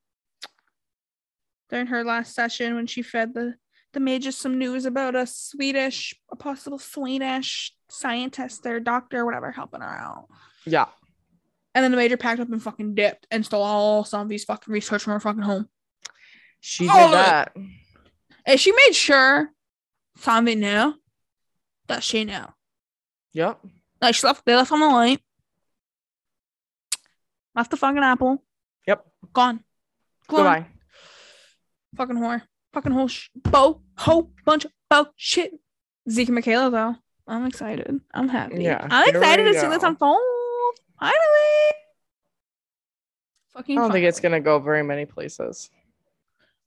D: during her last session when she fed the the mages some news about a Swedish, a possible Swedish scientist or doctor, whatever, helping her out.
C: Yeah.
D: And then the major packed up and fucking dipped and stole all Sanvi's fucking research from her fucking home.
C: She did
D: All of it.
C: that.
D: And she made sure Sanvi knew that she knew.
C: Yep.
D: Like she left they left on the light. Left the fucking apple.
C: Yep.
D: Gone. Gone.
C: Goodbye.
D: Fucking whore. Fucking whole sh- bo whole bunch of bo shit. Zeke and Michaela though. I'm excited. I'm happy.
C: Yeah,
D: I'm
C: here
D: excited
C: we
D: to see this
C: go.
D: unfold. Finally.
C: I
D: Fucking
C: don't think it's
D: finally.
C: gonna go very many places.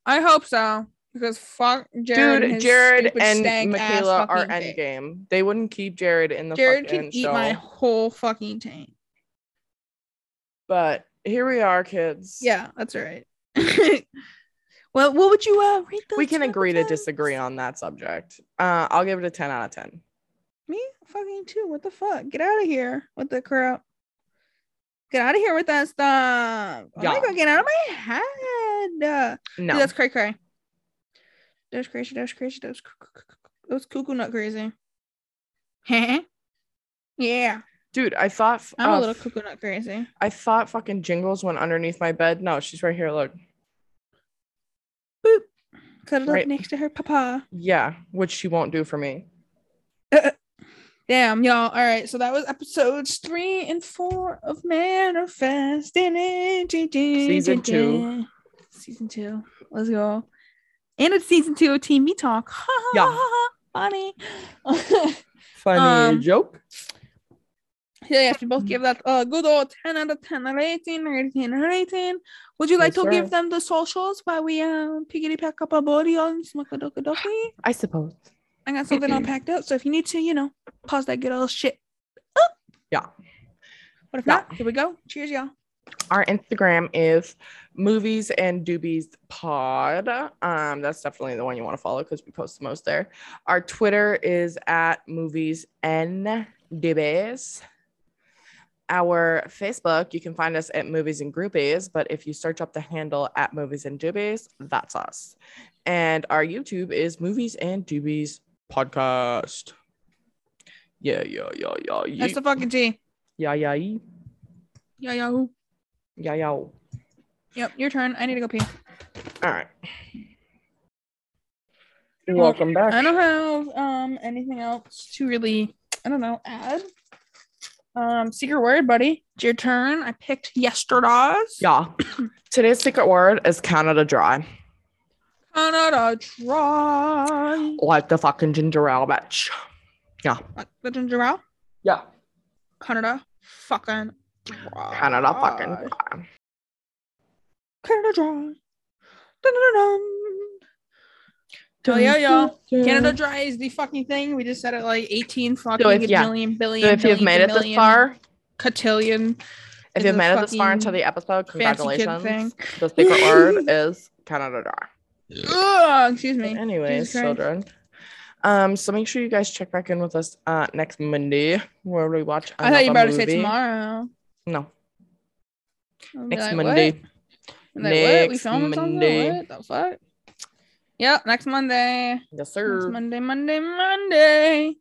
D: I hope so because fuck Jared.
C: Dude,
D: his
C: Jared
D: stupid
C: and
D: stank ass
C: Michaela are
D: fucking dick.
C: endgame. They wouldn't keep Jared in the
D: Jared
C: fucking
D: can eat
C: show.
D: my whole fucking tank.
C: But here we are, kids.
D: Yeah, that's right. well, what would you uh, rate? Those
C: we can
D: two
C: agree to
D: episodes?
C: disagree on that subject. Uh, I'll give it a 10 out of 10.
D: me. Fucking too. What the fuck? Get out of here with the crap. Get out of here with that stuff. Oh
C: Yeah.
D: my god, get out of my head.
C: No.
D: Dude, that's cray cray. That's crazy. That's crazy. That's cr- cr- cr- cr- that's cuckoo nut crazy. Huh? Yeah,
C: Dude, I thought f-
D: I'm
C: uh,
D: a little cuckoo nut crazy.
C: I thought fucking Jingles went underneath my bed. No, she's right here. Look.
D: Cuddled
C: Right.
D: up next to her papa.
C: Yeah, which she won't do for me.
D: Damn, y'all. All right, so that was episodes three and four of Manifest Energy.
C: Season two.
D: Season two. Let's go. And it's season two of Team Me Talk. Ha, ha,
C: Yeah.
D: ha, ha, ha. Funny.
C: Funny
D: Um,
C: joke.
D: Yeah, yes, we
C: Mm-hmm.
D: both give that a good old 10 out of 10 rating, rating, rating. Would you like
C: Yes,
D: to
C: sir.
D: give them the socials while we um piggity pack up our body on Smakadokadoki?
C: I suppose.
D: I got something all packed up, so if you need to, you know, pause that good old shit. up.
C: Yeah.
D: But if
C: Yeah.
D: not, here we go. Cheers, y'all.
C: Our Instagram is movies and doobies pod. Um, that's definitely the one you want to follow because we post the most there. Our Twitter is at movies and doobies. Our Facebook, you can find us at movies and groupies, but if you search up the handle at movies and doobies, that's us. And our YouTube is movies and doobies podcast. Yeah, yeah, yeah, yeah, yeah,
D: That's the fucking tea.
C: yeah, yeah, yeah,
D: Yeah, yahoo.
C: yeah, yeah. All
D: Yep, your turn. I need to go pee.
C: right. Welcome back.
D: I don't have um anything else to really I don't know add. Um, secret word, buddy. It's your turn. I picked yesterday's.
C: Yeah. Today's secret word is Canada Dry.
D: Canada dry.
C: Like the fucking ginger ale, bitch.
D: Like the ginger ale.
C: Yeah.
D: Canada fucking dry.
C: Canada fucking dry.
D: Canada dry. Dun-dun-dun-dun. Oh, yeah, y'all. Canada dry is the fucking thing. We just said it like 18 fucking
C: if- yeah.
D: million
C: So
D: billion.
C: if you've
D: billion,
C: made it this
D: billion,
C: far,
D: cotillion
C: if
D: into
C: you've
D: the
C: made it this far
D: fucking
C: into the episode,
D: fancy kid thing.
C: congratulations. The secret word is Canada Dry.
D: Ugh, excuse me.
C: Anyways,
D: Jesus Christ.
C: children. Um, so make sure you guys check back in with us uh next Monday where we watch.
D: I thought you were about
C: another
D: to say
C: movie.
D: tomorrow.
C: No,
D: I'll be
C: next
D: like,
C: Monday.
D: What? I'm Like, what? We
C: Next
D: filming something?
C: Monday.
D: What the fuck? Yep, next Monday.
C: Yes,
D: Next
C: sir.
D: Monday, Monday, Monday.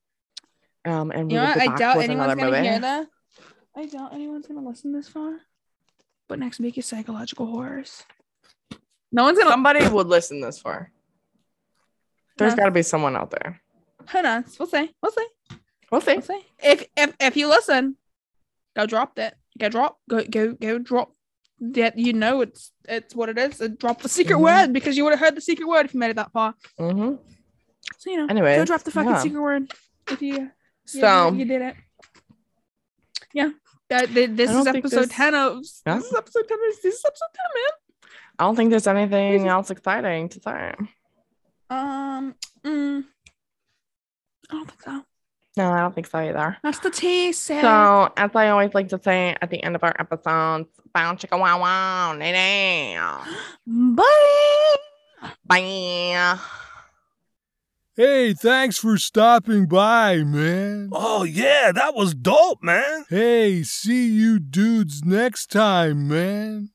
C: Um, and we
D: You know
C: will
D: what?
C: go
D: I
C: back
D: doubt
C: with
D: anyone's
C: another
D: gonna
C: movie.
D: hear that. I doubt anyone's gonna listen this far. But next week is psychological horrors. No one's gonna.
C: Somebody would listen this far. There's
D: Huh.
C: got to be someone out there.
D: Who knows? We'll see. We'll see.
C: We'll see.
D: We'll see. If if if you listen, go drop that. Go drop. Go go go drop. That you know it's it's what it is. And drop the secret
C: Mhm.
D: word because you would have heard the secret word if you made it that far.
C: hmm
D: So you know.
C: Anyway,
D: go drop the fucking
C: yeah.
D: secret word if you.
C: So
D: you, you did it. Yeah. That, th- this
C: I
D: is
C: don't think
D: episode
C: this-
D: 10 of.
C: Yeah.
D: This is episode 10 of. This is episode 10, man.
C: I don't think there's anything else exciting to say.
D: Um, mm, I don't think so.
C: No, I don't think so either.
D: That's the tea, Sarah.
C: So, as I always like to say at the end of our episodes, bow chicka wow wow, nay nay.
D: Bye.
C: Bye.
A: Hey, thanks for stopping by, man.
B: Oh, yeah, that was dope, man.
A: Hey, see you dudes next time, man.